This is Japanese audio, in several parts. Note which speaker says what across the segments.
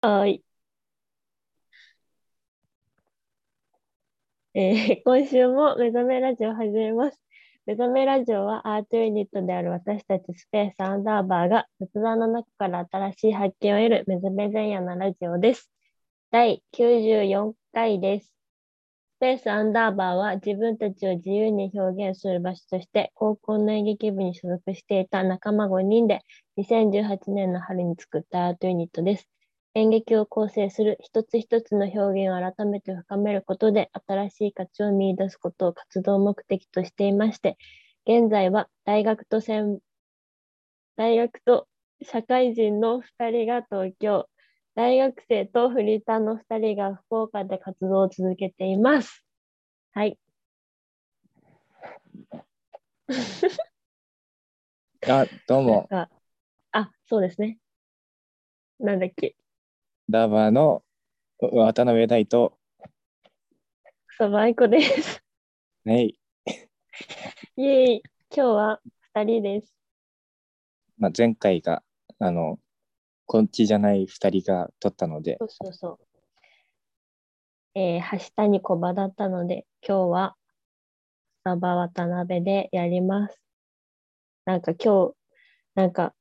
Speaker 1: はい。えー 今週も目覚めラジオを始めます。目覚めラジオはアートユニットである私たちスペースアンダーバーが雑談の中から新しい発見を得る目覚め前夜のラジオです。第94回です。スペースアンダーバーは自分たちを自由に表現する場所として高校の演劇部に所属していた仲間5人で2018年の春に作ったアートユニットです。演劇を構成する一つ一つの表現を改めて深めることで新しい価値を見出すことを活動目的としていまして現在は大学と専大学と社会人の2人が東京大学生とフリーターの2人が福岡で活動を続けています。はい。
Speaker 2: あ、ど
Speaker 1: な
Speaker 2: う
Speaker 1: ん
Speaker 2: も、
Speaker 1: か、あ、そうですね。なんだっけ。
Speaker 2: ダーバーのう渡辺大と、
Speaker 1: 草場愛子です。
Speaker 2: ねい、
Speaker 1: イエーイ。今日は2人です。
Speaker 2: まあ、前回が、あの、こっちじゃない二人が撮ったので、
Speaker 1: そうそうそう。えー、橋谷小場だったので、今日は草場渡辺でやります。なんか今日、なんか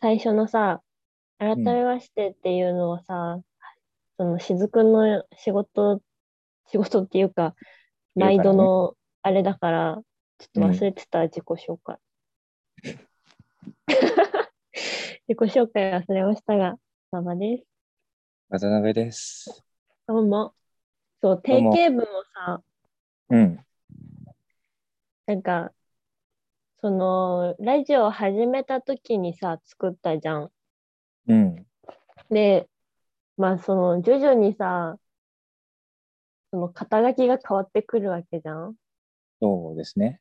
Speaker 1: 最初のさ、改
Speaker 2: う
Speaker 1: め
Speaker 2: ん、
Speaker 1: ましてっていうのをさ、その雫の仕事、仕事っていうか、
Speaker 2: いる
Speaker 1: 毎
Speaker 2: から
Speaker 1: 度
Speaker 2: ね。
Speaker 1: のあれだから、ちょっ
Speaker 2: う
Speaker 1: と忘
Speaker 2: ん、
Speaker 1: れてた自己紹介。 自己紹介忘れましたが、ママです。
Speaker 2: 渡辺です。
Speaker 1: どうも。そう、
Speaker 2: どう
Speaker 1: 定
Speaker 2: も、
Speaker 1: 型文をさ、
Speaker 2: うん、
Speaker 1: なんか、その、ラジオを始めた時にさ、作ったじゃん。
Speaker 2: うん、
Speaker 1: で、まあ、その、徐々にさ、その、肩書きが変わってくるわけじゃん。
Speaker 2: そうですね。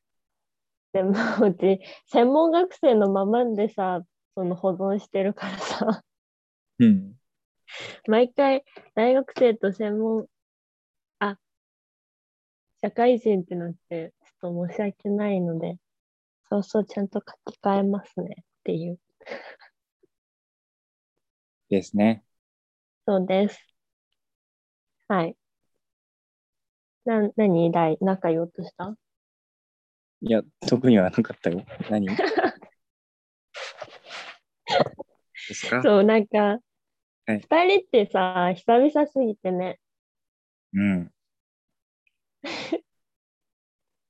Speaker 1: でも、うち、専門学生のままでさ、その、保存してるからさ、
Speaker 2: うん、
Speaker 1: 毎回、大学生と専門、あ、社会人ってなって、ちょっと申し訳ないので、そうそう、ちゃんと書き換えますねっていう。
Speaker 2: ですね。
Speaker 1: そうです。はい。な、何第、なんか言おうとした
Speaker 2: いや、特にはなかったよ。 何ですか
Speaker 1: そう、なんか、
Speaker 2: はい。
Speaker 1: 二人ってさ、久々すぎてね、
Speaker 2: うん、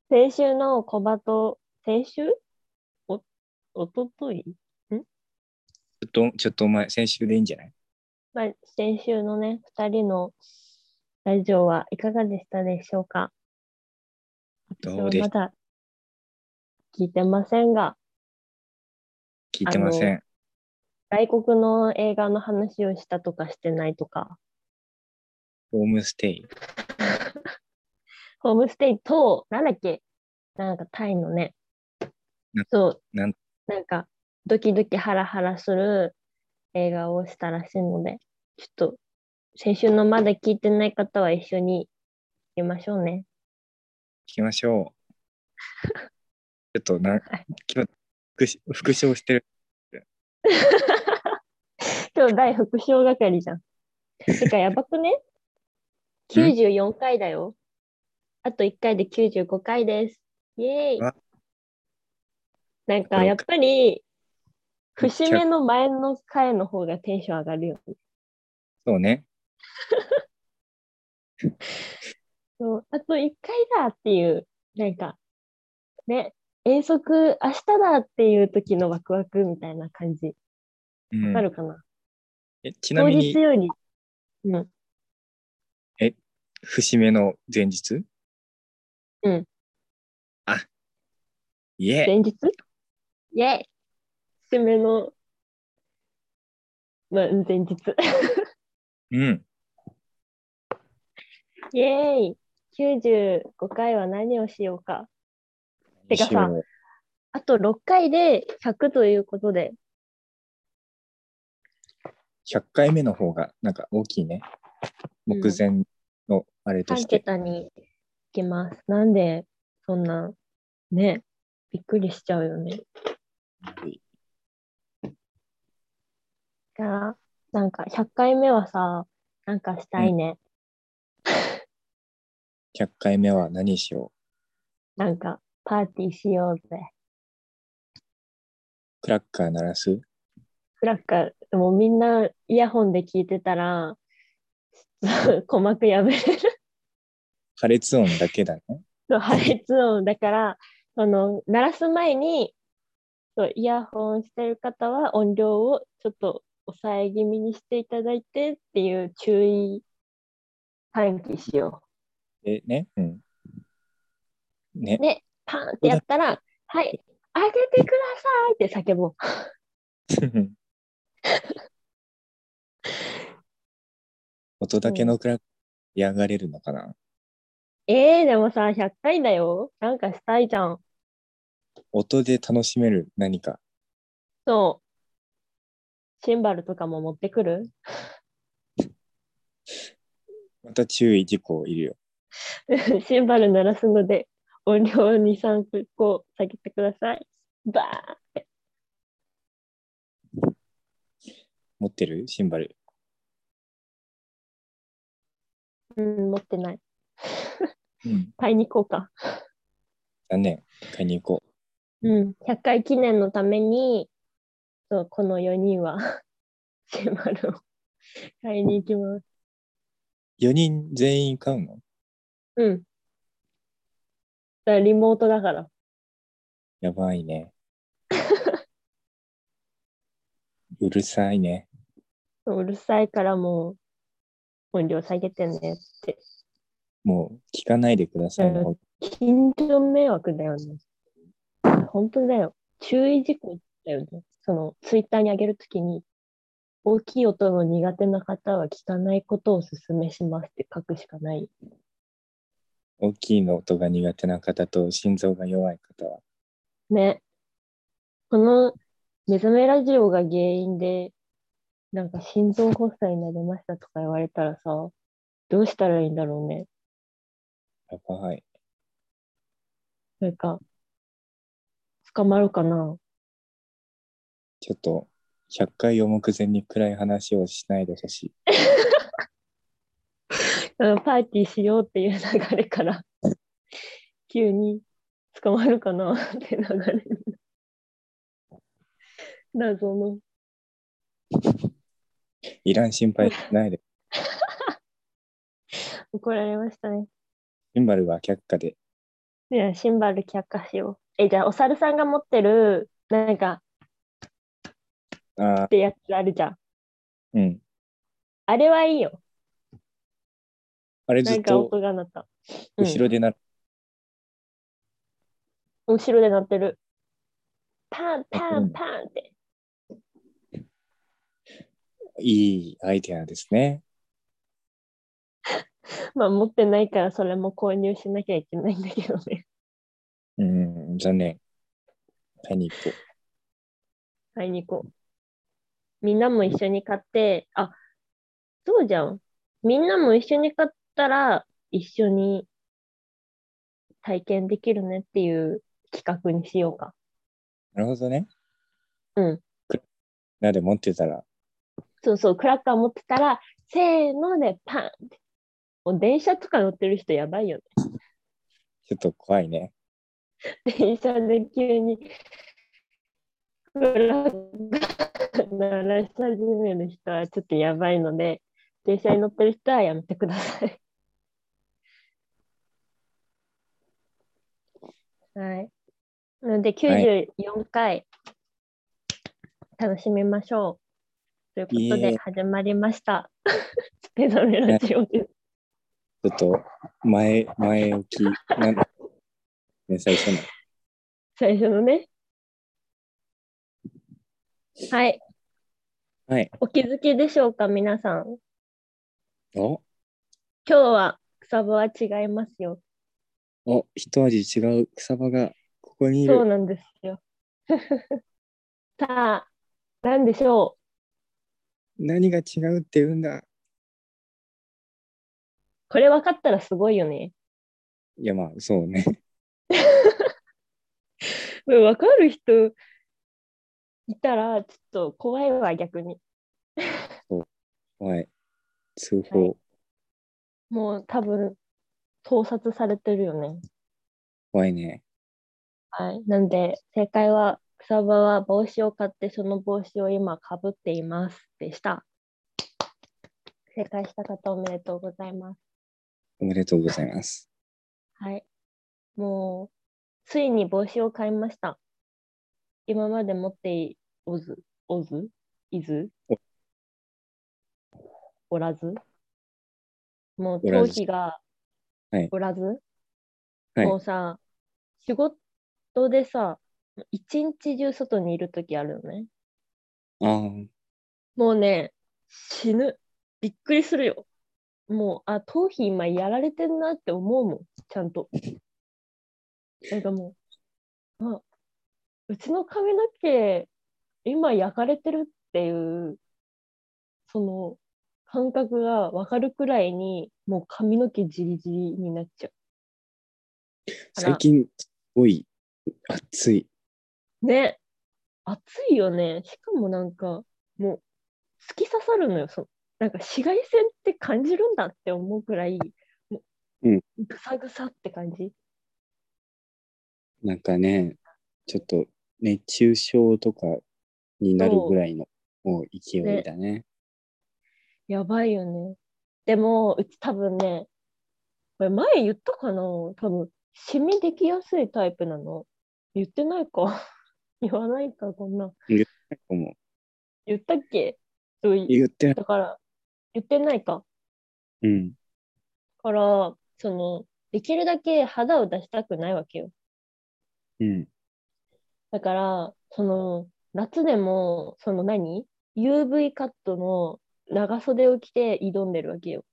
Speaker 1: 先週のコバと、先週お、おとといん
Speaker 2: ちょっと、ちょっとお前、先週でいいんじゃない
Speaker 1: まあ、先週のね、二人のラジオはいかがでしたでしょうか私
Speaker 2: どう
Speaker 1: は
Speaker 2: で
Speaker 1: ますだ聞いてませんが、
Speaker 2: 聞い
Speaker 1: あ
Speaker 2: てませ
Speaker 1: の、
Speaker 2: ん。
Speaker 1: 外国の映画の話をしたとかしてないとか、
Speaker 2: ホームステイ。
Speaker 1: ホームステイと、なんだっけなんかタイのね、
Speaker 2: な、
Speaker 1: そう、
Speaker 2: なん、
Speaker 1: なんか、ドキドキハラハラする映画をしたらしいので、ちょっと、先週のまだ聞いてない方は一緒に行きましょうね。
Speaker 2: 聞きましょう。 ちょっとな、
Speaker 1: はい
Speaker 2: 今日復し復唱してる。
Speaker 1: 今日、大副賞係じゃん。てか、やば くね
Speaker 2: ん
Speaker 1: ?94 回だよ。あと1回で95回です。イエーイ。
Speaker 2: あ、
Speaker 1: なん
Speaker 2: こ
Speaker 1: か、
Speaker 2: れ
Speaker 1: やっぱり、
Speaker 2: めっ
Speaker 1: 節
Speaker 2: ちゃ、
Speaker 1: 目の前の回の方がテンション上がるよね。
Speaker 2: そうね。
Speaker 1: そう、あと1回だっていう、なんか、ね、遠足明日だっていう時のワクワクみたいな感じ。
Speaker 2: う
Speaker 1: わか
Speaker 2: ん。
Speaker 1: るかな
Speaker 2: え、ちな
Speaker 1: 当
Speaker 2: み
Speaker 1: 日
Speaker 2: に、
Speaker 1: より、うん、
Speaker 2: え、節目の前日
Speaker 1: うん、
Speaker 2: あ、いえ、
Speaker 1: 前日イェイ締めの、まあ、うん前日。
Speaker 2: うん。
Speaker 1: イェーイ !95 回は何をしようか。て
Speaker 2: 一
Speaker 1: か
Speaker 2: しよ
Speaker 1: さ、
Speaker 2: う。
Speaker 1: あと6回で100ということで、
Speaker 2: 100回目の方が、なんか大きいね。
Speaker 1: うん、
Speaker 2: 目前のあれと
Speaker 1: 3
Speaker 2: して。
Speaker 1: 桁に行きます。なんで、そんな、ね、びっくりしちゃうよね。
Speaker 2: はい
Speaker 1: じゃあなんか100回目はさ、なんかしたいね。
Speaker 2: 100回目は何しよう
Speaker 1: なんかパーティーしようぜ。
Speaker 2: クラッカー鳴らす
Speaker 1: クラッカー、もうみんなイヤホンで聞いてたら、 そう鼓膜破れる。
Speaker 2: 破裂音だけだね。
Speaker 1: そう破裂音だから、その鳴らす前にそうイヤホンしてる方は音量をちょっと抑え気味にしていただいてっていう注意喚起しよ
Speaker 2: でね。うん。ね
Speaker 1: う。。で、パーンってやったら、はい、開けてくださいって叫ぼう。
Speaker 2: 音だけのクラッカー嫌がれるのかな
Speaker 1: えー、でもさ、100回だよ。なんかしたいじゃん。
Speaker 2: 音で楽しめる何か。
Speaker 1: そう。シンバルとかも持ってくる
Speaker 2: また注意事項いるよ。
Speaker 1: シンバル鳴らすので、音量を2、3個下げてください。バーン
Speaker 2: 持ってるシンバル。
Speaker 1: うん、持ってない。
Speaker 2: うん。
Speaker 1: 買いに行こうか。
Speaker 2: だね。買いに行こ
Speaker 1: うん。100回記念のために、そうこの4人は、 シェマルを 買いに行きます。
Speaker 2: う。4人全員買うの
Speaker 1: うん。だからリモートだから。
Speaker 2: やばい ね。うるさいね。
Speaker 1: そううるさいからもう、音量下げてねって。
Speaker 2: もう聞かないでください、ね。
Speaker 1: うん近所迷惑だよね。本当だよ。注意事項だよね。その、ツイッターに上げるときに、大きい音の苦手な方は聞かないことをお勧めしますって書くしかない。
Speaker 2: 大きいの音が苦手な方と心臓が弱い方は。
Speaker 1: ね。この目覚めラジオが原因で、なんか心臓発作になりましたとか言われたらさ、どうしたらいいんだろうね。
Speaker 2: やばい。
Speaker 1: なんか、捕まるかな。
Speaker 2: ちょっと100回を目前に暗い話をしないでほしい。
Speaker 1: あのパーティーしようっていう流れから、 急に捕まるかなって流れに。謎の。
Speaker 2: いらん心配しないで。
Speaker 1: 怒られましたね。
Speaker 2: シンバルは却下で。
Speaker 1: いや、シンバル却下しよう。え、じゃあ、お猿さんが持ってる、なんか、
Speaker 2: ああ
Speaker 1: っ、てやつあるじゃん。
Speaker 2: うん。
Speaker 1: あれはいいよ。
Speaker 2: あれ
Speaker 1: な
Speaker 2: ずっ
Speaker 1: んか
Speaker 2: と
Speaker 1: 音が鳴った。うん
Speaker 2: 後ろでな、
Speaker 1: 後ろで鳴ってる。パンパ
Speaker 2: あそう
Speaker 1: ン
Speaker 2: なんだ
Speaker 1: パンって。
Speaker 2: いいアイデアですね。
Speaker 1: まあ、持ってないから、それも購入しなきゃいけないんだけどね。
Speaker 2: うん、残念。買いに行こ
Speaker 1: 買いに行こう。みんなも一緒に買って、あ、そうじゃん。みんなも一緒に買ったら、一緒に体験できるねっていう企画にしようか。
Speaker 2: う。なるほどね。
Speaker 1: うん。
Speaker 2: なので持ってたら、
Speaker 1: そうそう、クラッカー持ってたら、せーのでパンって。もう電車とか乗ってる人やばいよね。
Speaker 2: ちょっと怖いね。
Speaker 1: 電車で急にクラッカー鳴らし始める人はちょっとやばいので、電車に乗ってる人はやめてください。 はい。なので94回楽しみましょう。ということ
Speaker 2: イエー
Speaker 1: で
Speaker 2: イ
Speaker 1: 始まりました。 スペダメラジオです。
Speaker 2: ちょっと前、前置き、なんね、最初の。
Speaker 1: 最初のね。はい。
Speaker 2: はい。
Speaker 1: お気づきでしょうか、皆さん。
Speaker 2: お
Speaker 1: 今日は草場は違いますよ。
Speaker 2: お、一味違う草場がここにい
Speaker 1: そう
Speaker 2: る。
Speaker 1: なんですよ。 さあ、何でしょう。
Speaker 2: 何が違うって言うんだ。
Speaker 1: これ分かったらすごいよね。
Speaker 2: いや、まあ、そうね。
Speaker 1: 分かる人いたら、ちょっと怖いわ、逆に。
Speaker 2: そうはい。通報。
Speaker 1: もう多分、盗撮されてるよね。
Speaker 2: 怖いね。
Speaker 1: はい。なんで、正解は、草場は帽子を買って、その帽子を今かぶっていますでした。正解した方おめでとうございます。
Speaker 2: おめでとうございます。
Speaker 1: はい。もう、ついに帽子を買いました。今まで持っておず、おず、いず
Speaker 2: お、
Speaker 1: おらず。もう、
Speaker 2: おら
Speaker 1: 頭
Speaker 2: ず
Speaker 1: 皮が
Speaker 2: はい、
Speaker 1: おらず。
Speaker 2: はい
Speaker 1: もうさ、仕事でさ、一日中外にいるときあるよね。
Speaker 2: あー
Speaker 1: もうね、死ぬ。びっくりするよ。もう、あ、頭皮今やられてんなって思うもん、ちゃんと。なんかもう、あ、うちの髪の毛、今焼かれてるっていう、その感覚がわかるくらいに、もう髪の毛じりじりになっちゃあら
Speaker 2: 最近、すごい暑い。
Speaker 1: う。ね。暑いよね。しかもなんか、もう、突き刺さるのよ。そなんか紫外線って感じるんだって思うくらい、もう、
Speaker 2: うん
Speaker 1: ぐさぐさって感じ。
Speaker 2: なんかね、ちょっと熱中症とかになるぐらいのもう勢いだね。
Speaker 1: やばいよね。でも、うち多分ね、これ前言ったかな多分、シミできやすいタイプなの。言ってないか 言わないか、こんな。
Speaker 2: もう
Speaker 1: 言ったっけそうい
Speaker 2: 言ってない。
Speaker 1: だから、言ってないか。
Speaker 2: う
Speaker 1: だ
Speaker 2: ん。
Speaker 1: から、その、できるだけ肌を出したくないわけよ。
Speaker 2: うん。
Speaker 1: だから、その、夏でも、その何 ?UV カットの長袖を着て挑んでるわけよ。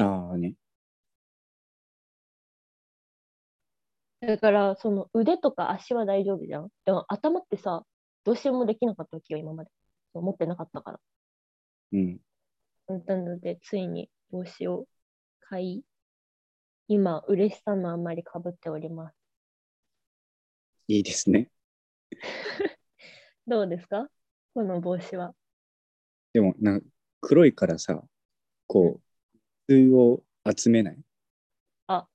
Speaker 2: ああね。
Speaker 1: だから、その腕とか足は大丈夫じゃん。でも頭ってさ、どうしようもできなかったわけよ、今まで。そう持ってなかったから。
Speaker 2: うん。
Speaker 1: なので、ついに帽子を買い、今、嬉しさのあまりかぶっております。
Speaker 2: いいですね。
Speaker 1: どうですかこの帽子は。
Speaker 2: でも、なんか黒いからさ、こう、普通を集めない。
Speaker 1: あ。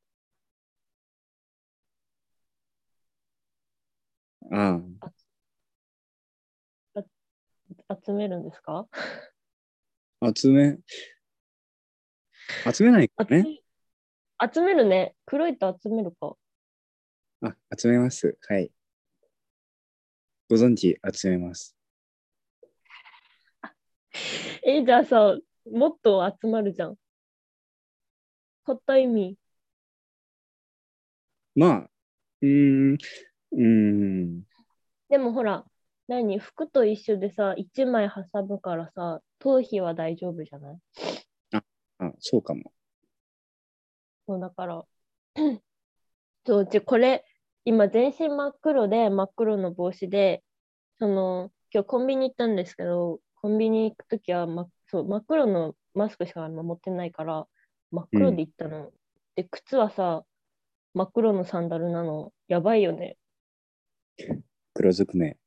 Speaker 2: あ
Speaker 1: 集めるんですか
Speaker 2: あ、集め、集めないか
Speaker 1: 集め
Speaker 2: ね。
Speaker 1: 集めるね。黒いと集めるか。
Speaker 2: あ、集めます。はい。ご存知、集めます。
Speaker 1: え、じゃあさ、もっと集まるじゃん。買った意味。
Speaker 2: まあ、うーん、うーん、
Speaker 1: でもほら、何服と一緒でさ、1枚挟むからさ、頭皮は大丈夫じゃない
Speaker 2: あ、そうかも。
Speaker 1: そうだから、 そう、うちこれ、今全身真っ黒で真っ黒の帽子で、その、今日コンビニ行ったんですけど、コンビニ行くときは、ま、そう、真っ黒のマスクしか持ってないから、真っ黒で行ったの。で、靴はさ、真っ黒のサンダルなの。やばいよね。
Speaker 2: 黒ずくめ。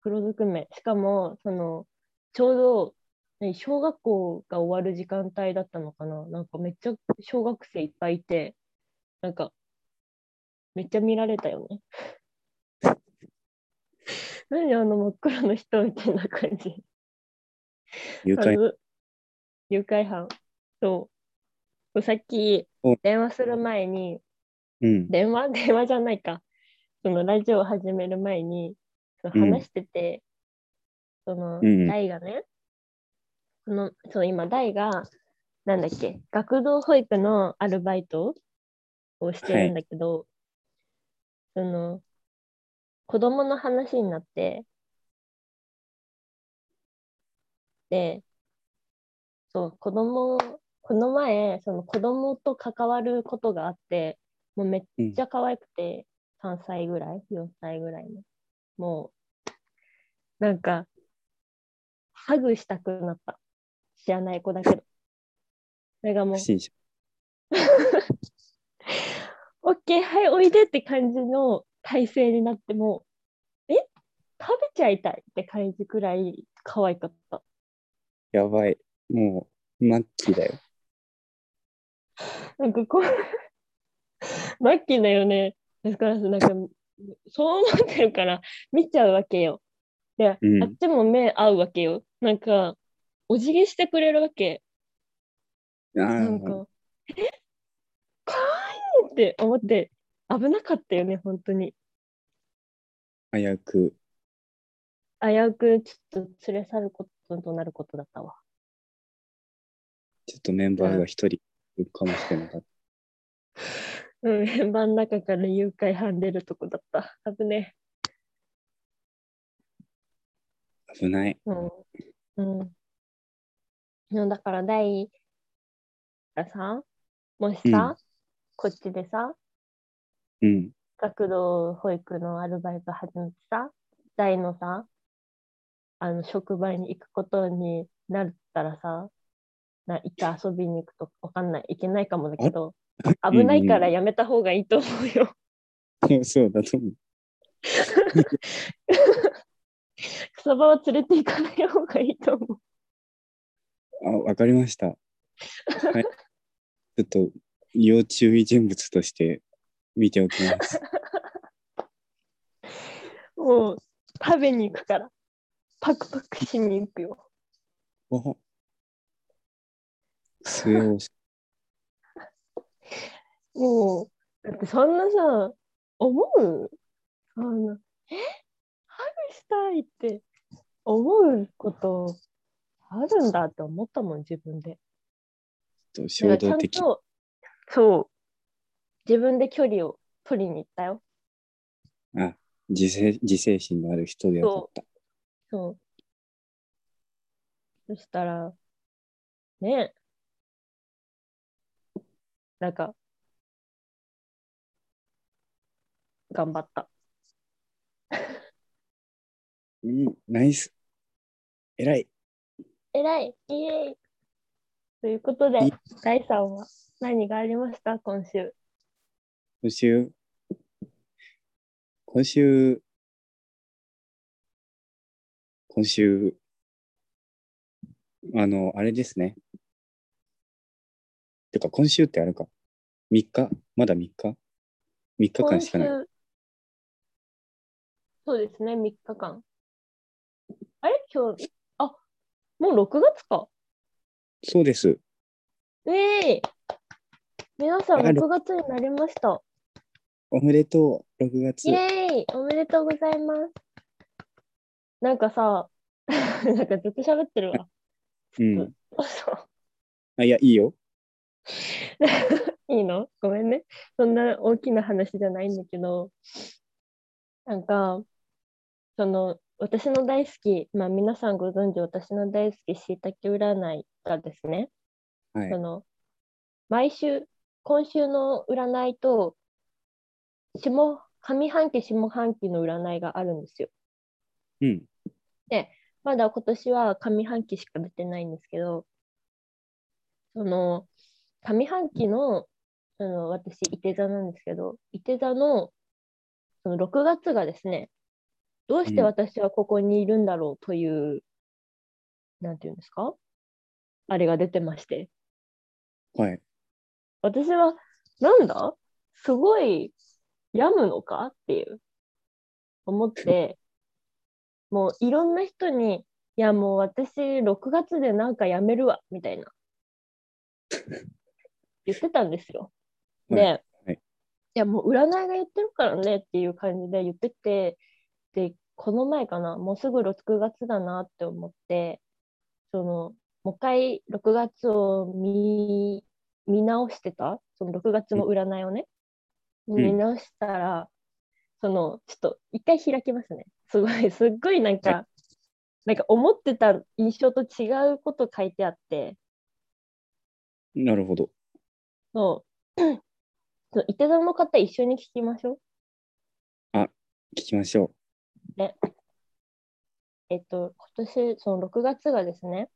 Speaker 1: 黒ずくめ。しかも、その、ちょうど、何小学校が終わる時間帯だったのかななんかめっちゃ小学生いっぱいいて、なんか、めっちゃ見られたよね。 何あの真っ黒の人みたいな感じ。
Speaker 2: 誘拐。
Speaker 1: まず誘拐犯。そう。さっき
Speaker 2: うん、
Speaker 1: 電話する前に、
Speaker 2: うん。
Speaker 1: 電話 電話じゃないか。そのラジオを始める前に、その
Speaker 2: うん
Speaker 1: 話してて、その
Speaker 2: う、ん
Speaker 1: 大がね、その、そう、今、大が、なんだっけ、学童保育のアルバイトをしてるんだけど、その、子供の話になって、で、そう、子供、この前、その子供と関わることがあって、もうめっめっちゃ可愛くて、3歳ぐらい ?4 歳ぐらいの。もう、なんか、ハグしたくなった。知らない子だけど。それがもう
Speaker 2: 不、審者。
Speaker 1: オッケー、はい、おいでって感じの体勢になってもう、え食べちゃいたいって感じくらい可愛かった。
Speaker 2: やばい。もう、末期だよ。
Speaker 1: なんかこう、 末期だよね。だから、なんか、そう思ってるから、見ちゃうわけよ。で、
Speaker 2: うん
Speaker 1: あっちも目合うわけよ。なんか、お辞儀してくれるわけ。
Speaker 2: ああ
Speaker 1: なんか、えかわいいって思って、危なかったよね、本当に。
Speaker 2: 早く。
Speaker 1: 危うくちょっと連れ去ることとなることだったわ。
Speaker 2: ちょっとメンバーが一人いるかもしれなかっ
Speaker 1: うん、 メンバーの中から誘拐犯出るとこだった。危ね
Speaker 2: た。危ない。
Speaker 1: え。うん。うん。でもだから、第さ、もしさ、こっちでさ、
Speaker 2: うん。
Speaker 1: 学童保育のアルバイト始めてさ、大のさ、あの、職場に行くことになったらさ、な、いつ遊びに行くとわかんない、いけないかもだけど、危ないからやめた方がいいと思うよ。
Speaker 2: うんそうだと思う。
Speaker 1: 草場は連れて行かない方がいいと思う。
Speaker 2: あ、わかりました。はい。ちょっと、要注意人物として見ておきます。
Speaker 1: もう食べに行くから、パクパクしに行くよ。
Speaker 2: お末をし、
Speaker 1: もう、だってそんなさ、思うそんな、えハグしたいって思うことあるんだって思ったもん、自分で。
Speaker 2: と衝
Speaker 1: だから
Speaker 2: 動的
Speaker 1: ちゃん。と、そう、自分で距離を取りに行ったよ。
Speaker 2: 自制自制心のある人でよかった。
Speaker 1: そう。そしたら、ねえ。なんか、頑張った。
Speaker 2: うん、ナイス。偉い。
Speaker 1: えらいイエーイということで
Speaker 2: い、
Speaker 1: 第3は何がありました今週。
Speaker 2: 今週、今週、今週、あの、あれですね。てか、今週ってあるか。3日まだ3日 ?3 日間しかない。
Speaker 1: 今週そうですね、3日間。あれ今日、あもう6月か。
Speaker 2: そうです。
Speaker 1: イエーイ皆さん
Speaker 2: あれ
Speaker 1: 6月になりました。
Speaker 2: おめでとう、6月
Speaker 1: イ。エーイおめでとうございます。なんかさ、 なんかずっと喋ってる わ。
Speaker 2: うん。あ、いや、いいよ。
Speaker 1: いいのごめんね。そんな大きな話じゃないんだけど、なんか、その、私の大好き、まあ皆さんご存知、私の大好き、しいたけ占いがですね、
Speaker 2: はい
Speaker 1: そ。の、毎週、今週の占いと、下、上半期、下半期の占いがあるんですよ。
Speaker 2: うん。
Speaker 1: まだ今年は上半期しか出てないんですけど、その上半期の、その私、いて座なんですけど、いて座のその6月がですね、どうして
Speaker 2: うん
Speaker 1: 私はここにいるんだろうという、なんていうんですかあれが出てまして、
Speaker 2: はい。
Speaker 1: 私はなんだすごい病むのかっていう思って、もういろんな人に、いやもう私6月でなんかやめるわみたいな言ってたんですよ。で、
Speaker 2: はいはい
Speaker 1: やもう占いが言ってるからねっていう感じで言ってて、で、この前かな、もうすぐ6月だなって思って、その、もう一回6月を見見直してた、その6月の占いをね、
Speaker 2: ん
Speaker 1: 見直したら、その、ちょっと一回開きますね。すごい、 すっごいなんか、なんか思ってた印象と違うこと書いてあって、
Speaker 2: なるほど。
Speaker 1: そう、 そう、いて座の方一緒に聞きましょう。
Speaker 2: 聞きましょ
Speaker 1: えっと、今年、その6月がですね、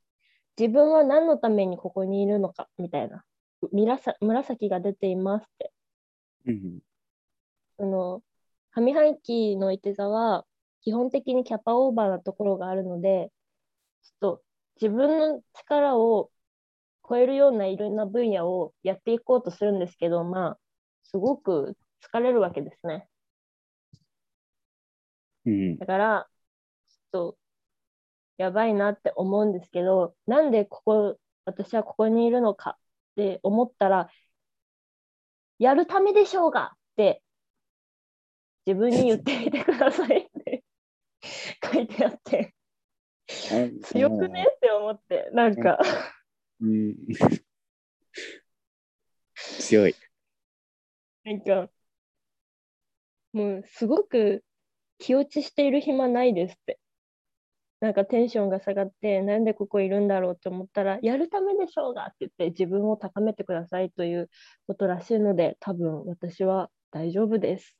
Speaker 1: 自分は何のためにここにいるのか、みたいな、紫紫が出ていますって。
Speaker 2: う。うん。
Speaker 1: その上半期のいて座は基本的にキャパオーバーなところがあるのでちょっと自分の力を超えるようないろんな分野をやっていこうとするんですけど、まあ、すごく疲れるわけですね。
Speaker 2: うん
Speaker 1: だから、ちょっと、やばいなって思うんですけど、なんでここ、私はここにいるのかって思ったら、やるためでしょうがって、自分に言ってみてくださいって 書いてあって、
Speaker 2: あ
Speaker 1: 強くねって思って、なんか、
Speaker 2: うん、 強い。
Speaker 1: なんか、もうすごく気落ちしている暇ないですって。なんかテンションが下がって、なんでここいるんだろうって思ったら、やるためでしょうがって言って、自分を高めてくださいということらしいので、多分私は大丈夫です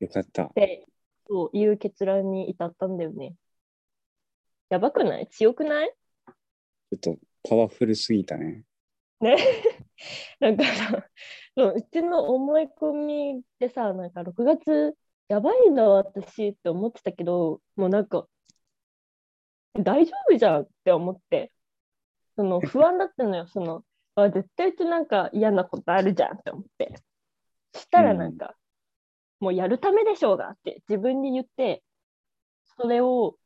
Speaker 2: よかった
Speaker 1: っ。てそういう結論に至ったんだよね。やばくない強くない
Speaker 2: ちょっとパワフルすぎたね。
Speaker 1: ね、 だからそううちの思い込みでさなんか6月やばいな私って思ってたけどもうなんか大丈夫じゃんって思ってその不安だったのよそのあ絶対うちなんか嫌なことあるじゃんって思ってしたらなんか、もうやるためでしょうがって自分に言ってそれを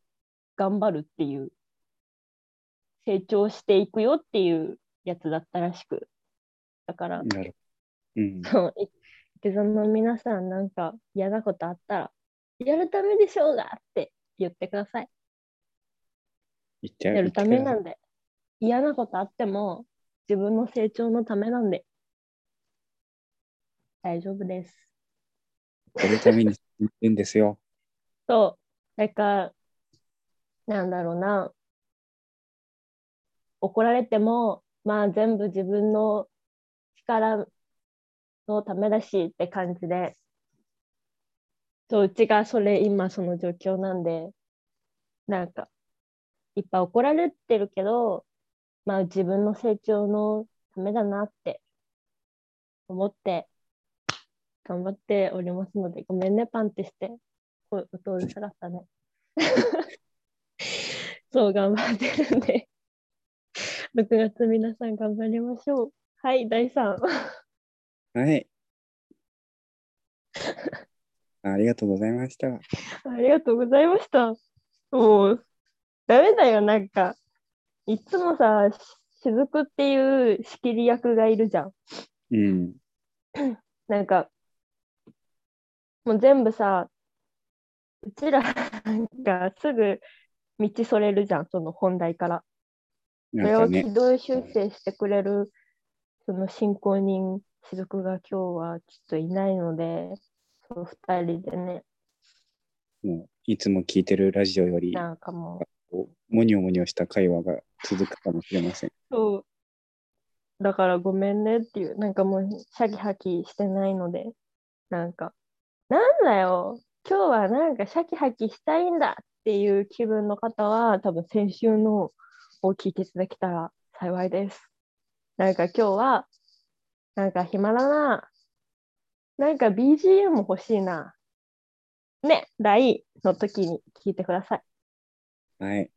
Speaker 1: 頑張るっていう成長していくよっていうやつだったらしく。だから、
Speaker 2: なるうん。
Speaker 1: そう、い池園の皆さん、なんか嫌なことあったら、やるためでしょうがって言ってください。
Speaker 2: 言って
Speaker 1: やるためな
Speaker 2: 言って
Speaker 1: んで。嫌なことあっても、自分の成長のためなんで。大丈夫です。
Speaker 2: くださいやるために言ってんですよ。
Speaker 1: そう、なんか、なんだろうな、怒られても、まあ全部自分の力のためだしって感じで、そう、うちがそれ、今その状況なんで、なんか、いっぱい怒られてるけど、まあ自分の成長のためだなって思って、頑張っておりますので、ごめんね、パンってして。こう音うるさかったね。 そう、頑張ってるんで。6月皆さん頑張りましょう。はい、第3。
Speaker 2: はい。 ありがとうございました。
Speaker 1: ありがとうございました。もう、ダメだよ、なんか。いつもさ、しずくっていう仕切り役がいるじゃん。
Speaker 2: うん。
Speaker 1: なんか、もう全部さ、うちらなんかすぐ道それるじゃん、その本題から。そ
Speaker 2: なん
Speaker 1: れを
Speaker 2: か
Speaker 1: 軌
Speaker 2: ね、
Speaker 1: 道修正してくれるその進行人雫が今日はちょっといないので、そう2人でね、
Speaker 2: もういつも聞いてるラジオより、
Speaker 1: なんかもう、
Speaker 2: こうもにょもにょした会話が続くかもしれません。
Speaker 1: そうだからごめんねっていう、なんかもうシャキハキしてないので、なんか、なんだよ、今日はなんかシャキハキしたいんだっていう気分の方は、多分先週のを聞いていただけたら幸いです。なんか今日は、なんか暇だな。なんか BGM 欲しいな。ね、大の時に聞いてください。
Speaker 2: はい。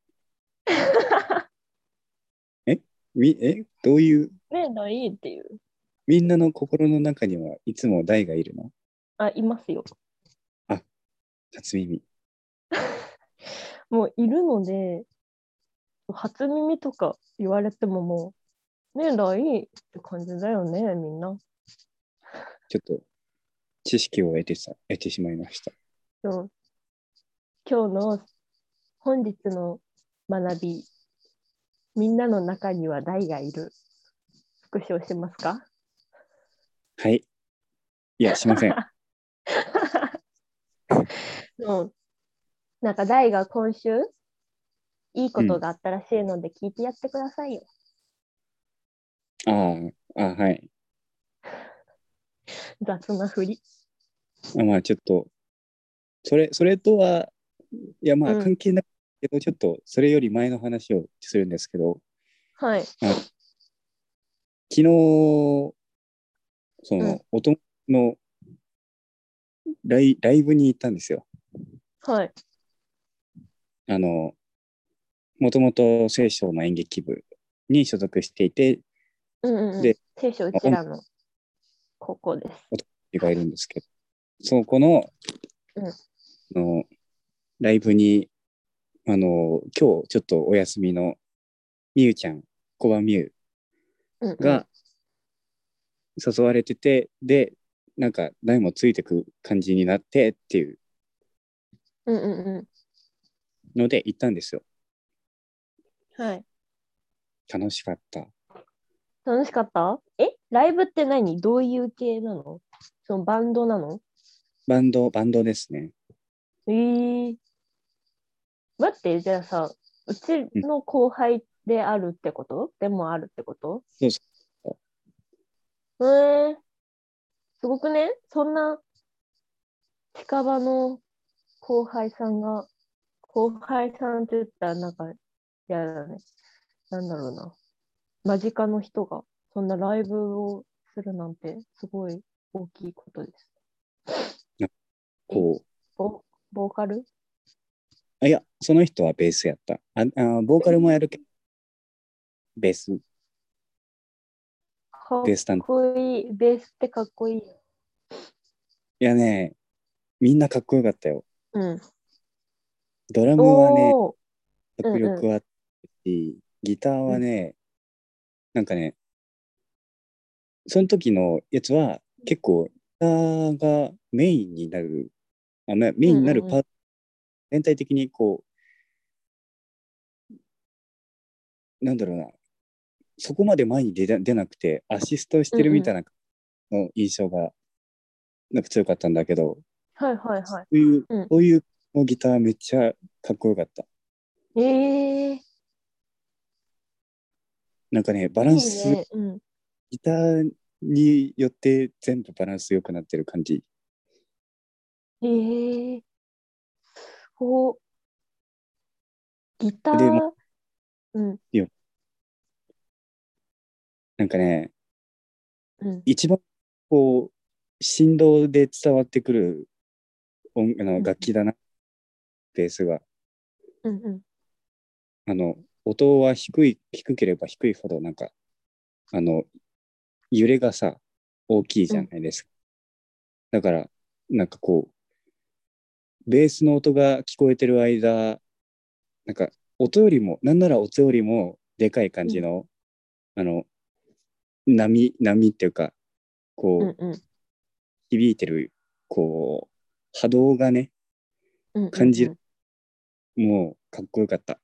Speaker 2: えみえどういう
Speaker 1: ね、大っていう。
Speaker 2: みんなの心の中にはいつも大がいるの
Speaker 1: あ、いますよ。
Speaker 2: 初耳。
Speaker 1: もういるので、初耳とか言われてももう、ねえ、ラインって感じだよね、みんな。
Speaker 2: ちょっと知識を得てさ得てしまいました。
Speaker 1: でも今日の本日の学び、みんなの中には大がいる。復習しますか
Speaker 2: はい。いや、しませ ん。
Speaker 1: そうなんか大が今週、いいことがあったらしいので聞いてやってくださいよ。
Speaker 2: あーあ、はい。
Speaker 1: 雑なふり。
Speaker 2: あまあ、ちょっと、それ、それとは、いや、まあ、
Speaker 1: うん
Speaker 2: 関係ないけど、ちょっと、それより前の話をするんですけど、
Speaker 1: はい。
Speaker 2: 昨日、その、
Speaker 1: うん
Speaker 2: お友達のライライブに行ったんですよ。
Speaker 1: はい。
Speaker 2: あの、もともと聖書の演劇部に所属していて、
Speaker 1: うんうんうん
Speaker 2: で、
Speaker 1: 聖書うちらの高校です。
Speaker 2: 人がいるんですけど、そこの、
Speaker 1: うん
Speaker 2: あのライブに、あの、今日ちょっとお休みのみゆちゃん、小葉みゆ
Speaker 1: うんうん、
Speaker 2: が誘われてて、で、なんか誰もついてく感じになってっていう
Speaker 1: うんうん
Speaker 2: ので行ったんですよ。
Speaker 1: うん。はい。
Speaker 2: 楽しかった。
Speaker 1: 楽しかったえライブって何どういう系なのそのバンドなの
Speaker 2: バンド、バンドですね。
Speaker 1: えー、待って、じゃあさ、うちの後輩であるってこと、でもあるってこと
Speaker 2: そうそ
Speaker 1: えー、すごくねそんな近場の後輩さんが、後輩さんって言ったらなんか嫌だね。なんだろうな。間近の人がそんなライブをするなんてすごい大きいことです。
Speaker 2: こ
Speaker 1: ボボーカル
Speaker 2: う。あいや、その人はベースやった。ああボーカルもやるけど、ベース、
Speaker 1: かっ
Speaker 2: ベース担当。
Speaker 1: こいい。ベースってかっこいい。
Speaker 2: いやね、みんなかっこよかったよ。
Speaker 1: うん。
Speaker 2: ドラムはね、
Speaker 1: おー
Speaker 2: 迫力あったし、ギターはね、なんかね、その時のやつは結構、ギターがメインになる、あメメインになる
Speaker 1: うん
Speaker 2: パ
Speaker 1: う
Speaker 2: ー
Speaker 1: ん
Speaker 2: ト、全体的にこう、なんだろうな、そこまで前に出な出なくて、アシストしてるみたいなの印象が、なんか強かったんだけど、
Speaker 1: はいはいは
Speaker 2: そういう、
Speaker 1: うん
Speaker 2: そういうのギターめっちゃかっこよかった。
Speaker 1: い。ええ
Speaker 2: なんかね、バラ
Speaker 1: ー、い
Speaker 2: ンス、
Speaker 1: いね。うん。
Speaker 2: ギターによって全部バランス良くなってる感じ。
Speaker 1: ええー。おギタ
Speaker 2: で
Speaker 1: ー
Speaker 2: も。
Speaker 1: うん
Speaker 2: なんかね、
Speaker 1: うん。
Speaker 2: 一番こう、振動で伝わってくる音
Speaker 1: う
Speaker 2: あ
Speaker 1: ん
Speaker 2: の楽器だな、ベースが。
Speaker 1: うんうん。
Speaker 2: あの、音は低い、低ければ低いほど、なんか、あの、揺れがさ、大きいじゃないですか。だから、なんかこう、ベースの音が聞こえてる間、なんか、音よりも、なんなら音よりも、でかい感じの、あの、波、波っていうか、こ
Speaker 1: う
Speaker 2: う、
Speaker 1: んうん。
Speaker 2: 響いてる、こう、波動がね、
Speaker 1: うんうん
Speaker 2: 感じる。もう、かっこよかった。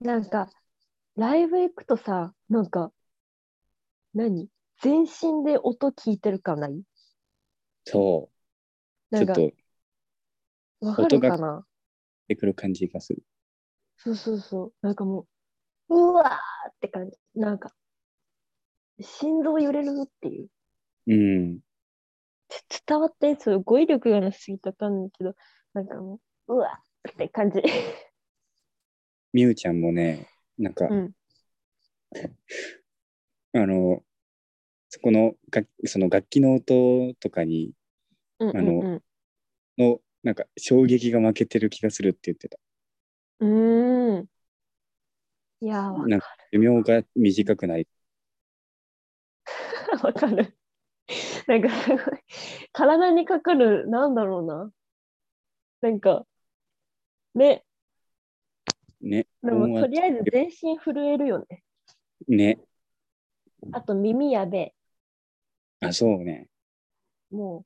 Speaker 1: なんか、ライブ行くとさ、なんか、何全身で音聞いてる感ない
Speaker 2: そ
Speaker 1: な
Speaker 2: う、ち
Speaker 1: ん
Speaker 2: ょ
Speaker 1: か、
Speaker 2: っと、
Speaker 1: わかる
Speaker 2: 音が
Speaker 1: かな
Speaker 2: 出てくる感じがする。
Speaker 1: そうそうそう。なんかもう、うわーって感じ。なんか、心臓揺れるっていう。
Speaker 2: うん。
Speaker 1: つ伝わって、そう、語彙力がなすぎたかんないけど、なんかもう、うわーって感じ。
Speaker 2: みゆちゃんもね、なんか、
Speaker 1: うん。
Speaker 2: あの、そこの楽その楽器の音とかに
Speaker 1: うん
Speaker 2: あの
Speaker 1: うん
Speaker 2: の、なんか衝撃が負けてる気がするって言ってた。
Speaker 1: うん。うーん。いやー、わ
Speaker 2: なんか寿命が短くなり、
Speaker 1: わかる。なんかすごい、体にかかる、なんだろうな。なんか、ね、
Speaker 2: ね。
Speaker 1: でも
Speaker 2: 思
Speaker 1: と
Speaker 2: わ
Speaker 1: りあえず全身震えるよね。
Speaker 2: ね。
Speaker 1: あと耳やべえ。
Speaker 2: あ、そうね。
Speaker 1: も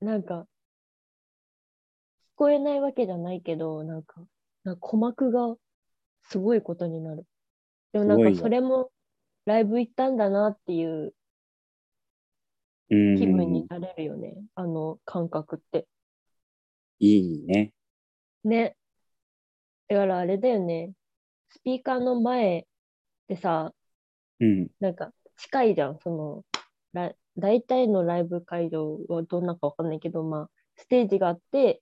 Speaker 1: う、なんか、聞こえないわけじゃないけど、なんか、なんか鼓膜がすごいことになる。でもな
Speaker 2: すごい
Speaker 1: ん
Speaker 2: よ
Speaker 1: か、それもライブ行ったんだなっていう
Speaker 2: うん。
Speaker 1: 気分になれるよね。あの感覚って。
Speaker 2: いいね。
Speaker 1: ね。だからあれだよね。スピーカーの前でさ、
Speaker 2: うん。
Speaker 1: なんか近いじゃん。その、ら大体のライブ会場はどんなかわかんないけど、まあ、ステージがあって、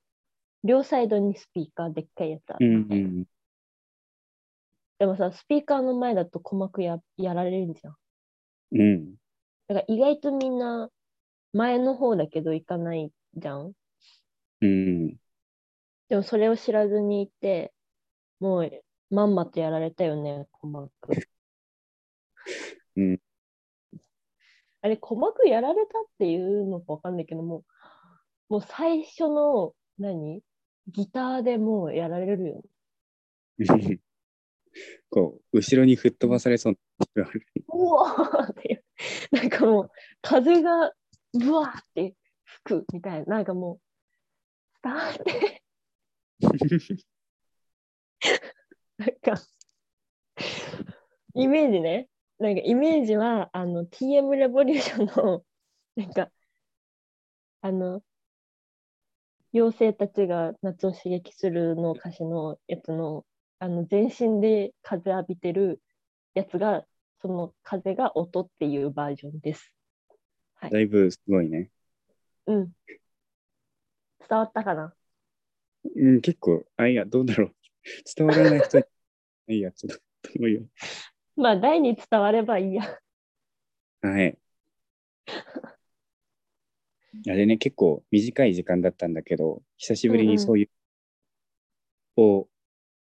Speaker 1: 両サイドにスピーカーでっかいやつあ
Speaker 2: う
Speaker 1: る。
Speaker 2: ん、うん。
Speaker 1: でもさ、スピーカーの前だと鼓膜ややられるんじゃん。
Speaker 2: うん。
Speaker 1: だから意外とみんな前の方だけど行かないじゃん。
Speaker 2: うん。
Speaker 1: でもそれを知らずにいて、もうまんまとやられたよね、鼓膜。
Speaker 2: うん
Speaker 1: あれ、鼓膜やられたっていうのかわかんないけどもう、もう最初の、何ギターでもうやられるよね。
Speaker 2: こう、後ろに吹っ飛ばされそうな。
Speaker 1: うわーっていう。なんかもう、風がブワーって吹くみたいな。なんかもう、スターって、なんか、イメージね。なんかイメージは、あの、TM レボリューションの、なんか、あの、妖精たちが夏を刺激するの歌詞のやつの、あの、全身で風浴びてるやつが、その風が音っていうバージョンです。
Speaker 2: だいぶすごいね。
Speaker 1: うん。伝わったかな
Speaker 2: うん、結構、あ、いや、どうだろう。伝わらない 人に、いや、ちょっと、どうよ。
Speaker 1: まあ、第に伝わればいいや。
Speaker 2: はい。あれね、結構短い時間だったんだけど、久しぶりにそういう、を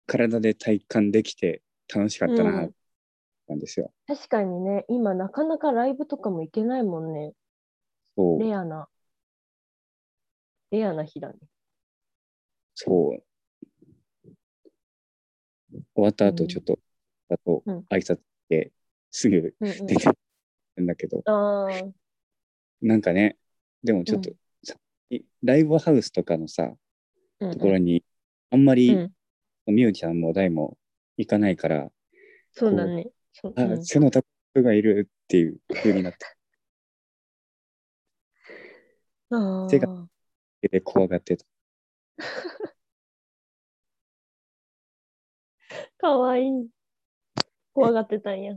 Speaker 2: 体で体感できて楽しかった
Speaker 1: う
Speaker 2: な、
Speaker 1: ん
Speaker 2: なんですよ。
Speaker 1: 確かにね、今なかなかライブとかも行けないもんね。
Speaker 2: そう、
Speaker 1: レアな、レアな日だね。
Speaker 2: そう。終わった後、ちょっと、あと
Speaker 1: うん、
Speaker 2: 挨拶って、すぐ
Speaker 1: うんうん
Speaker 2: 出てるんだけど、
Speaker 1: あー
Speaker 2: なんかね、でもちょっと、さライブハウスとかのさ、
Speaker 1: うんうん
Speaker 2: ところに、あんまり、
Speaker 1: うん
Speaker 2: みゆちゃんも大も行かないから、
Speaker 1: そうだね。そう
Speaker 2: あ、
Speaker 1: うん
Speaker 2: 背の高い人がいるっていう風になって、
Speaker 1: あー
Speaker 2: 背がで怖がってた。
Speaker 1: かわいい。怖がってたんや。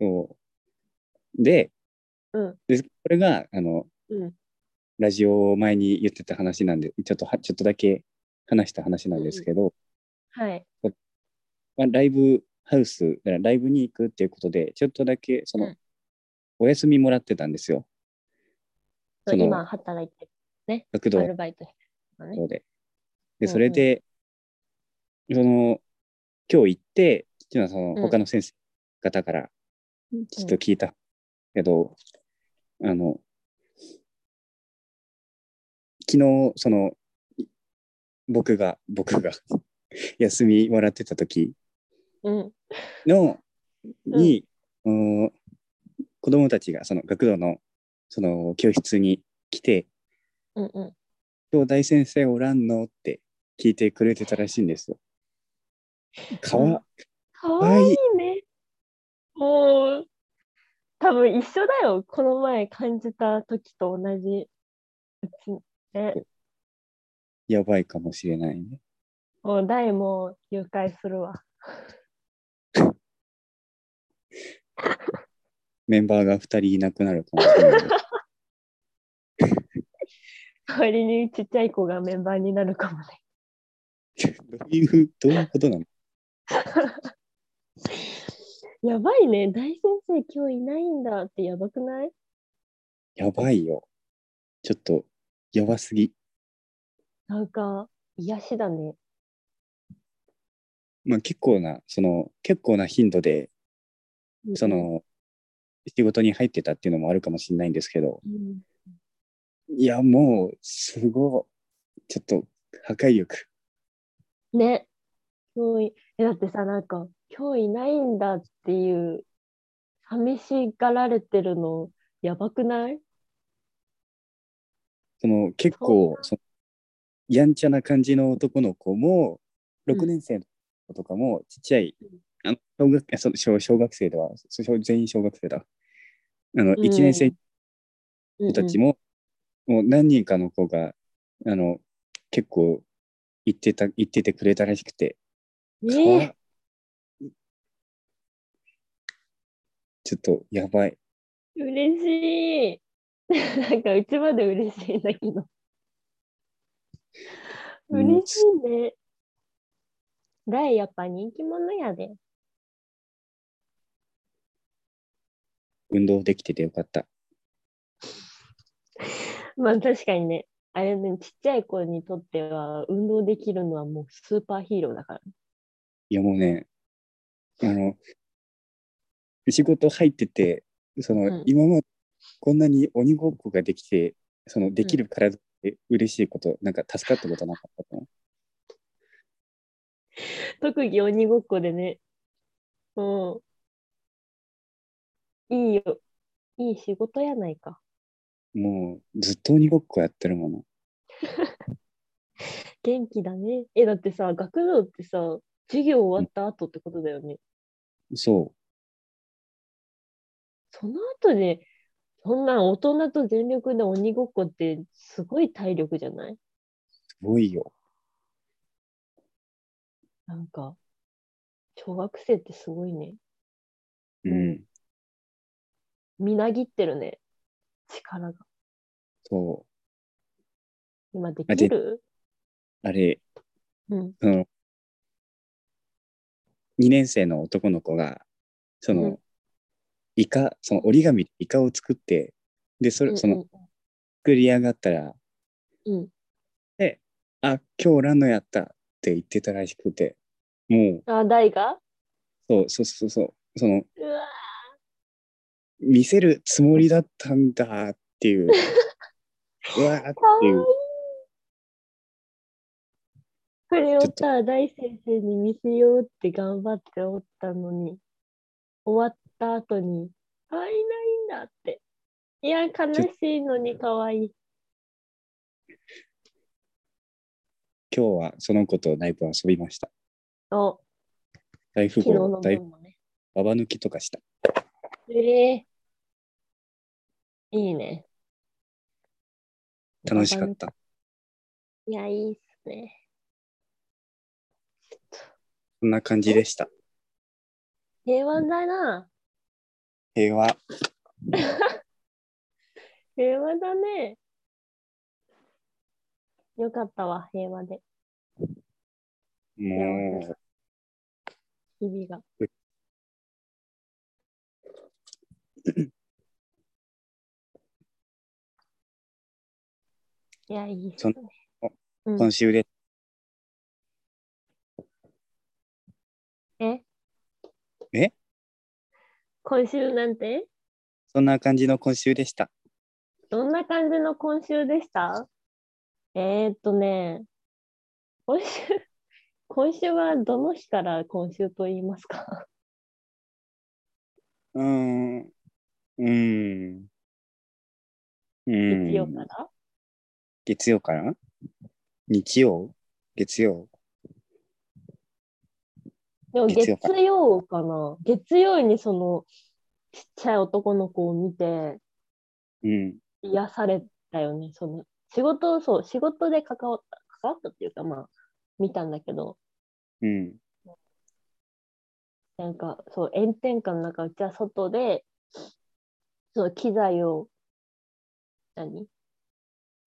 Speaker 2: そうで、
Speaker 1: うん
Speaker 2: でこれが、あの、
Speaker 1: うん。
Speaker 2: ラジオ前に言ってた話なんで、ちょっとは、ちょっとだけ話した話なんですけど、
Speaker 1: はい。
Speaker 2: まあ、ライブハウス、だからライブに行くっていうことで、ちょっとだけ、その、
Speaker 1: うん
Speaker 2: お休みもらってたんですよ。その
Speaker 1: 今働いて
Speaker 2: 学童
Speaker 1: るアルバイトしてるのね。
Speaker 2: そうで。
Speaker 1: うんう
Speaker 2: で、
Speaker 1: ん
Speaker 2: それで、その、今日行って、っていうのはその、
Speaker 1: うん
Speaker 2: 他の先生方から、ちょっと聞いたけど、あの、昨日、その、い僕が、僕が、 休みもらってた時
Speaker 1: うん。
Speaker 2: の、に、うん、子供たちが、その、学童の、その、教室に来て、
Speaker 1: うんうん。
Speaker 2: 今日大先生おらんのって聞いてくれてたらしいんですよ。かわ、
Speaker 1: かわいいね。もう、多分一緒だよ。この前感じた時と同じ。うちね、
Speaker 2: やばいかもしれないね。
Speaker 1: もう大も誘拐するわ。
Speaker 2: メンバーが2人いなくなるかもしれない。
Speaker 1: 代わりにちっちゃい子がメンバーになるかもね。
Speaker 2: どういう、どういうことなの
Speaker 1: やばいね。大先生今日いないんだってやばくない
Speaker 2: やばいよ。ちょっと、やばすぎ。
Speaker 1: なんか、癒しだね。
Speaker 2: まあ結構な、その、結構な頻度で、そ、の、仕事に入ってたっていうのもあるかもしれないんですけど、
Speaker 1: うん、
Speaker 2: いや、もう、すごい。ちょっと、破壊力。
Speaker 1: ね。今日いえだってさ、なんか、今日いないんだっていう、寂しがられてるの、やばくない
Speaker 2: その、結構、そのやんちゃな感じの男の子も、
Speaker 1: うん
Speaker 2: 6年生の子とかも、ちっちゃい
Speaker 1: うん、
Speaker 2: あの小学あそう小小学生では、そう全員小学生だ。あの、
Speaker 1: うん
Speaker 2: 1年生
Speaker 1: 子
Speaker 2: 子たちも、もう何人かの子が、あの、結構、行ってた、行っててくれたらしくて、
Speaker 1: ねえ
Speaker 2: かわちょっと、やばい。
Speaker 1: 嬉しい。 なんかうちまで嬉しいんだけど。
Speaker 2: うん
Speaker 1: 嬉しいね。だいやっぱ人気者やで。
Speaker 2: 運動できててよかった。
Speaker 1: まあ確かにね。あれね、ちっちゃい子にとっては、運動できるのはもうスーパーヒーローだから。
Speaker 2: いやもうね、あの、仕事入ってて、その、
Speaker 1: うん
Speaker 2: 今までこんなに鬼ごっこができて、そのできる体で嬉しいこと、なんか助かったことなかったと思う。
Speaker 1: 特技鬼ごっこでね、もう、いいよ、いい仕事やないか。
Speaker 2: もうずっと鬼ごっこやってるもの。
Speaker 1: 元気だね。え、だってさ、学童ってさ、授業終わった後ってことだよね。
Speaker 2: そ、
Speaker 1: その後で、そんな大人と全力で鬼ごっこってすごい体力じゃないう
Speaker 2: すごいよ。
Speaker 1: なんか、小学生ってすごいね。
Speaker 2: うん、
Speaker 1: みなぎってるね。力が。
Speaker 2: そ
Speaker 1: 今できる
Speaker 2: う。あれ、
Speaker 1: うん。
Speaker 2: その、2年生の男の子が、その、
Speaker 1: うん
Speaker 2: イカ、その折り紙でイカを作って、で、それ、その、作り上がったら、
Speaker 1: うんうん、
Speaker 2: あ、今日ラノやったって言ってたらしくて、もう、
Speaker 1: うん。あ、台が
Speaker 2: そうそうそうそう、その、
Speaker 1: うわ
Speaker 2: 見せるつもりだったんだっ ていう、うわーっ
Speaker 1: かわ
Speaker 2: て
Speaker 1: い
Speaker 2: い、。
Speaker 1: いうそれを
Speaker 2: ちょっと
Speaker 1: さ、大先生に見せようって頑張っておったのに、終わった後に、あ、いないんだって。いや、悲しいのにかわいい。
Speaker 2: 今日はその子とだいぶ遊びました。
Speaker 1: お、
Speaker 2: 大富
Speaker 1: 昨日
Speaker 2: 豪
Speaker 1: の、
Speaker 2: 大
Speaker 1: 分もね。
Speaker 2: ババ抜きとかした。
Speaker 1: ええいいね。
Speaker 2: 楽しかった。
Speaker 1: いや、いいっすね。
Speaker 2: そんな感じでした。
Speaker 1: 平和だな。
Speaker 2: 平和。
Speaker 1: 平和だね。よかったわ、平和で、
Speaker 2: もう、
Speaker 1: 日々が。いや、いいっすね。うん
Speaker 2: 今週で、
Speaker 1: え
Speaker 2: え
Speaker 1: 今週なんて
Speaker 2: そんな感じの今週でした。
Speaker 1: どんな感じの今週でしたえー、っとね、今週、今週はどの日から今週と言いますか
Speaker 2: うーん。うーん。うーん
Speaker 1: 日曜から
Speaker 2: 月曜から日曜月曜
Speaker 1: でも
Speaker 2: 月
Speaker 1: 月
Speaker 2: 曜から
Speaker 1: 曜かな月曜にそのちっちゃい男の子を見て
Speaker 2: うん。
Speaker 1: 癒されたよね。その仕事をそう、仕事で関わった、関わったっていうかまあ見たんだけど、
Speaker 2: うん。
Speaker 1: なんかそう炎天下の中、うちは外で、そう機材を、何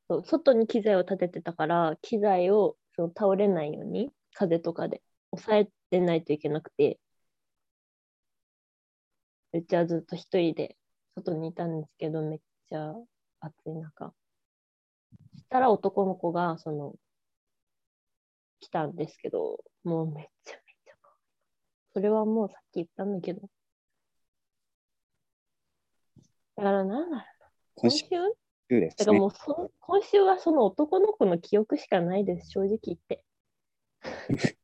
Speaker 1: そう外に機材を立ててたから、機材をその倒れないように、風とかで、抑えてないといけなくて、うちはずっと一人で外にいたんですけど、めっちゃ暑い中。そしたら男の子が、その、来たんですけど、もうめっちゃめっちゃそれはもうさっき言ったんだけど。だからなんだろう
Speaker 2: 今
Speaker 1: 今
Speaker 2: 週
Speaker 1: 週
Speaker 2: で
Speaker 1: だ
Speaker 2: す
Speaker 1: から
Speaker 2: ね
Speaker 1: も。うその、今週はその男の子の記憶しかないです、正直言って。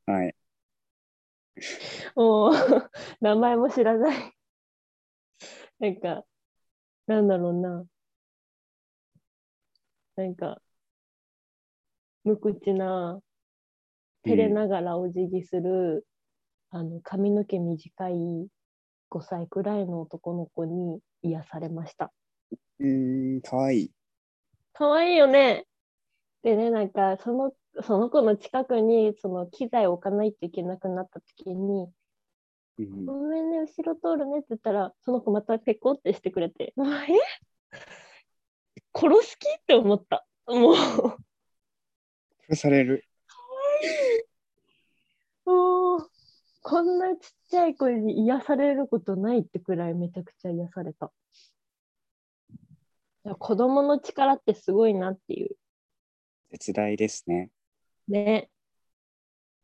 Speaker 2: はい。
Speaker 1: もう、 名前も知らない。なんか、なんだろうな。なんか、無口な、照れながらお辞儀する、あの髪の毛短い5歳くらいの男の子に癒されました。
Speaker 2: うーん、かわいい。
Speaker 1: かわいいよね。でね、なんかその、その子の近くにその機材を置かないといけなくなった時に、
Speaker 2: うん
Speaker 1: ごめんね、後ろ通るねって言ったら、その子またペコってしてくれて、うわえ殺す気って思った。もう、
Speaker 2: 殺される。
Speaker 1: もうこんなちっちゃい子に癒されることないってくらいめちゃくちゃ癒された。いや子供の力ってすごいなっていう。
Speaker 2: 絶大ですね。
Speaker 1: ね。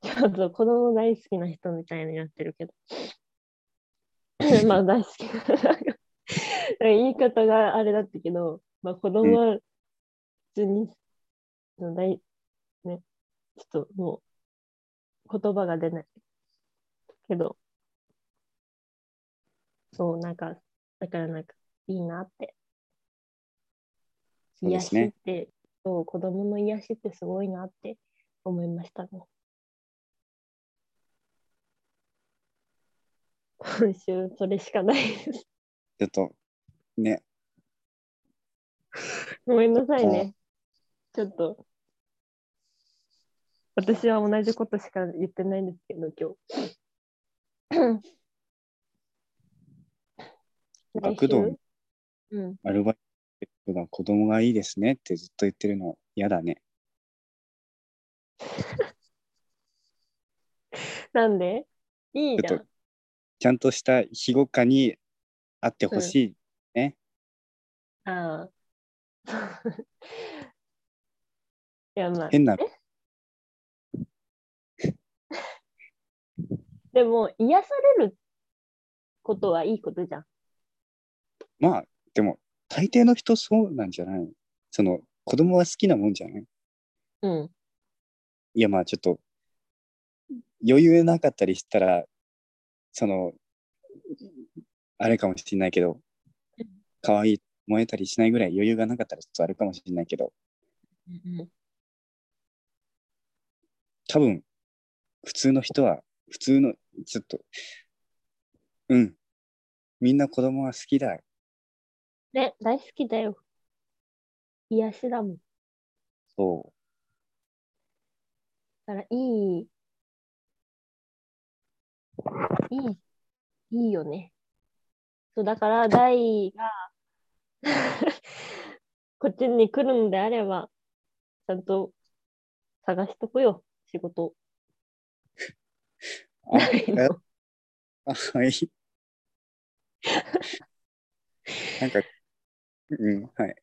Speaker 1: ちょっと子供大好きな人みたいになってるけど。 まあ大好きな。なんか言い方があれだったけど、まあ子供は普通に、その大、ね、ちょっともう言葉が出ない。けど、そう、なんか、だからなんかいいなって。
Speaker 2: そうで
Speaker 1: 癒
Speaker 2: す
Speaker 1: しっ
Speaker 2: ね。
Speaker 1: て、そう、子供の癒しってすごいなって思いましたね。今週それしかないです。
Speaker 2: ちょっと、ね、
Speaker 1: ごめんなさいね。ちょっと。私は同じことしか言ってないんですけど、今日。来週
Speaker 2: 学童の
Speaker 1: うん。
Speaker 2: アルバイトが子供がいいですねってずっと言ってるの嫌だね。
Speaker 1: なんでいいじ
Speaker 2: ち
Speaker 1: ゃ
Speaker 2: ょっ
Speaker 1: ん
Speaker 2: と。、ちゃんとした庇護下にあってほしい。
Speaker 1: あ あ。いやまあ、
Speaker 2: 変な、
Speaker 1: でも癒されることはいいことじゃん。
Speaker 2: まあ、でも、大抵の人そうなんじゃないのその、子供は好きなもんじゃない
Speaker 1: うん。
Speaker 2: いや、まあ、ちょっと、余裕なかったりしたら、その、あれかもしれないけど
Speaker 1: うん、
Speaker 2: 可愛い燃えたりしないぐらい余裕がなかったらちょっとあるかもしれないけど、多分、普通の人は、普通の、ちょっと、うん、みんな子供は好きだ。
Speaker 1: ね、大好きだよ。癒しだもん。
Speaker 2: そ
Speaker 1: だからいい、いい、いいよね。そう、だから大が こっちに来るんであれば、ちゃんと探しとくよ、仕事。
Speaker 2: う。あ
Speaker 1: ないの
Speaker 2: えあはい。なんか、うん、はい。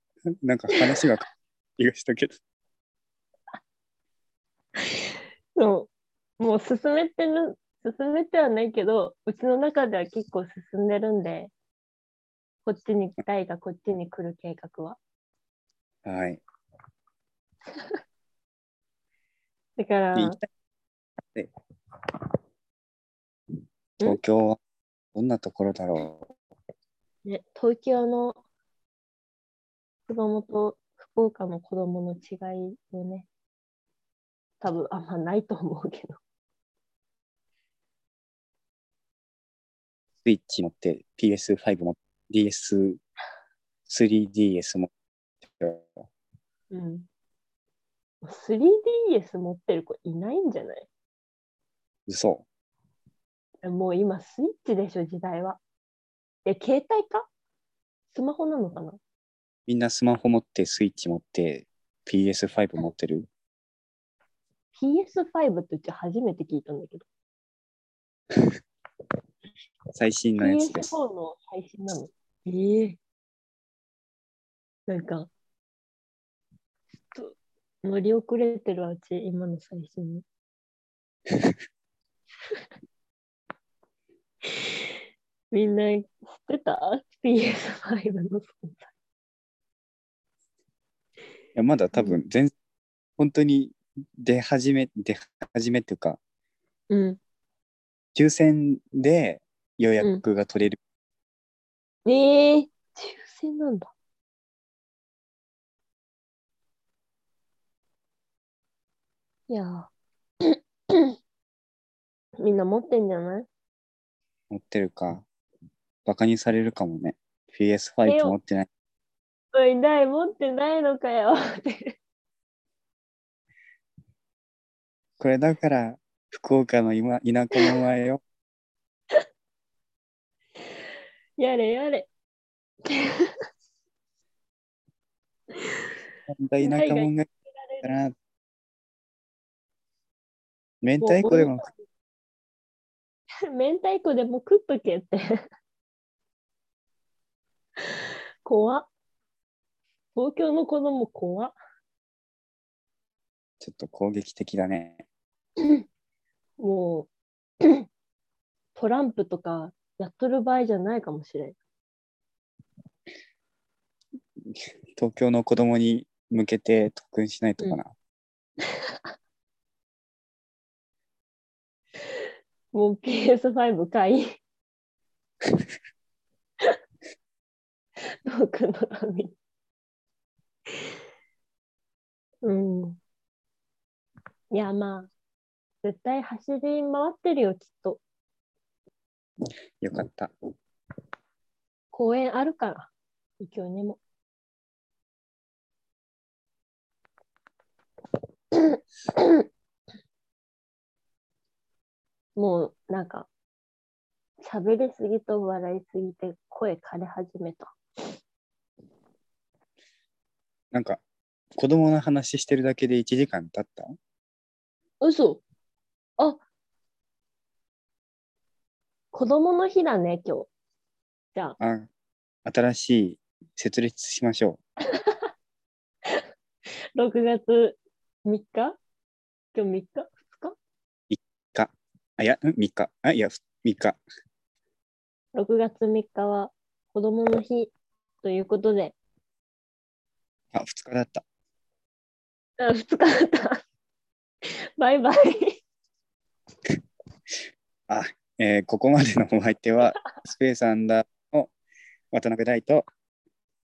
Speaker 2: なんか話が、気がしたけど、
Speaker 1: そう、もう進めてる、進めてはないけど、うちの中では結構進んでるんで、こっちに来たいがこっちに来る計画は。
Speaker 2: はい。
Speaker 1: だから、
Speaker 2: で行きたいで東京はどんなところだろ
Speaker 1: ね、東京の子供と福岡の子供の違いをね、多分あんまないと思うけど。
Speaker 2: うスイッチ持って PS5 も DS3DS も
Speaker 1: うん。3DS 持ってる子いないんじゃない
Speaker 2: 嘘
Speaker 1: もう今スイッチでしょ、時代は。え、携帯かスマホなのかな
Speaker 2: みんなスマホ持ってスイッチ持って PS5 持ってる
Speaker 1: ?PS5 ってうち初めて聞いたんだけど。
Speaker 2: 最新のやつです。
Speaker 1: PS4 の配信なのええなんか、ちょっと乗り遅れてるわうち、今の最新に。みんな知ってた ?PS5 の存在。
Speaker 2: いやまだ多分全、本当に出始め出始めっていうか
Speaker 1: うん。
Speaker 2: 抽選で予約が取れる、
Speaker 1: ええ抽選なんだ。いやー みんな持ってんじゃない
Speaker 2: 持ってるかバカにされるかもね PS5 持ってない
Speaker 1: おい、ない、持ってないのかよ。
Speaker 2: これだから福岡の今田舎の前よ
Speaker 1: やれやれ。
Speaker 2: こんな田舎もんがいるから明
Speaker 1: もう
Speaker 2: 太子でも
Speaker 1: 明太子でも食っとけって。 怖っ。東京の子供怖っ。
Speaker 2: ちょっと攻撃的だね。
Speaker 1: もう、 トランプとかやっとる場合じゃないかもしれん。
Speaker 2: 東京の子供に向けて特訓しないとかな。
Speaker 1: もう PS5 買い。トークのために。うん。いや、まあ、絶対走り回ってるよ、きっと。
Speaker 2: よかった。
Speaker 1: 公園あるから、右京にも。 もうなんか喋りすぎと笑いすぎて声枯れ始めた。
Speaker 2: なんか、子供の話してるだけで1時間経った
Speaker 1: 嘘あ子供の日だね、今日。じゃあ、
Speaker 2: あ、新しい設立しましょ
Speaker 1: 6月3日今日3日 ?2 日
Speaker 2: う。あ、いや、ん ?3 日。あ、いや、3日。
Speaker 1: 6月3日は子供の日ということで、
Speaker 2: あ、2日だった。
Speaker 1: あ2日だった。バイバイ。
Speaker 2: えーここまでのお相手は、スペースアンダーの渡辺大と、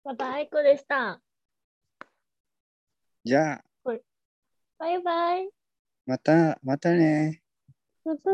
Speaker 1: またあいこでした。
Speaker 2: じゃあ、
Speaker 1: バイバイ。
Speaker 2: また、またね
Speaker 1: また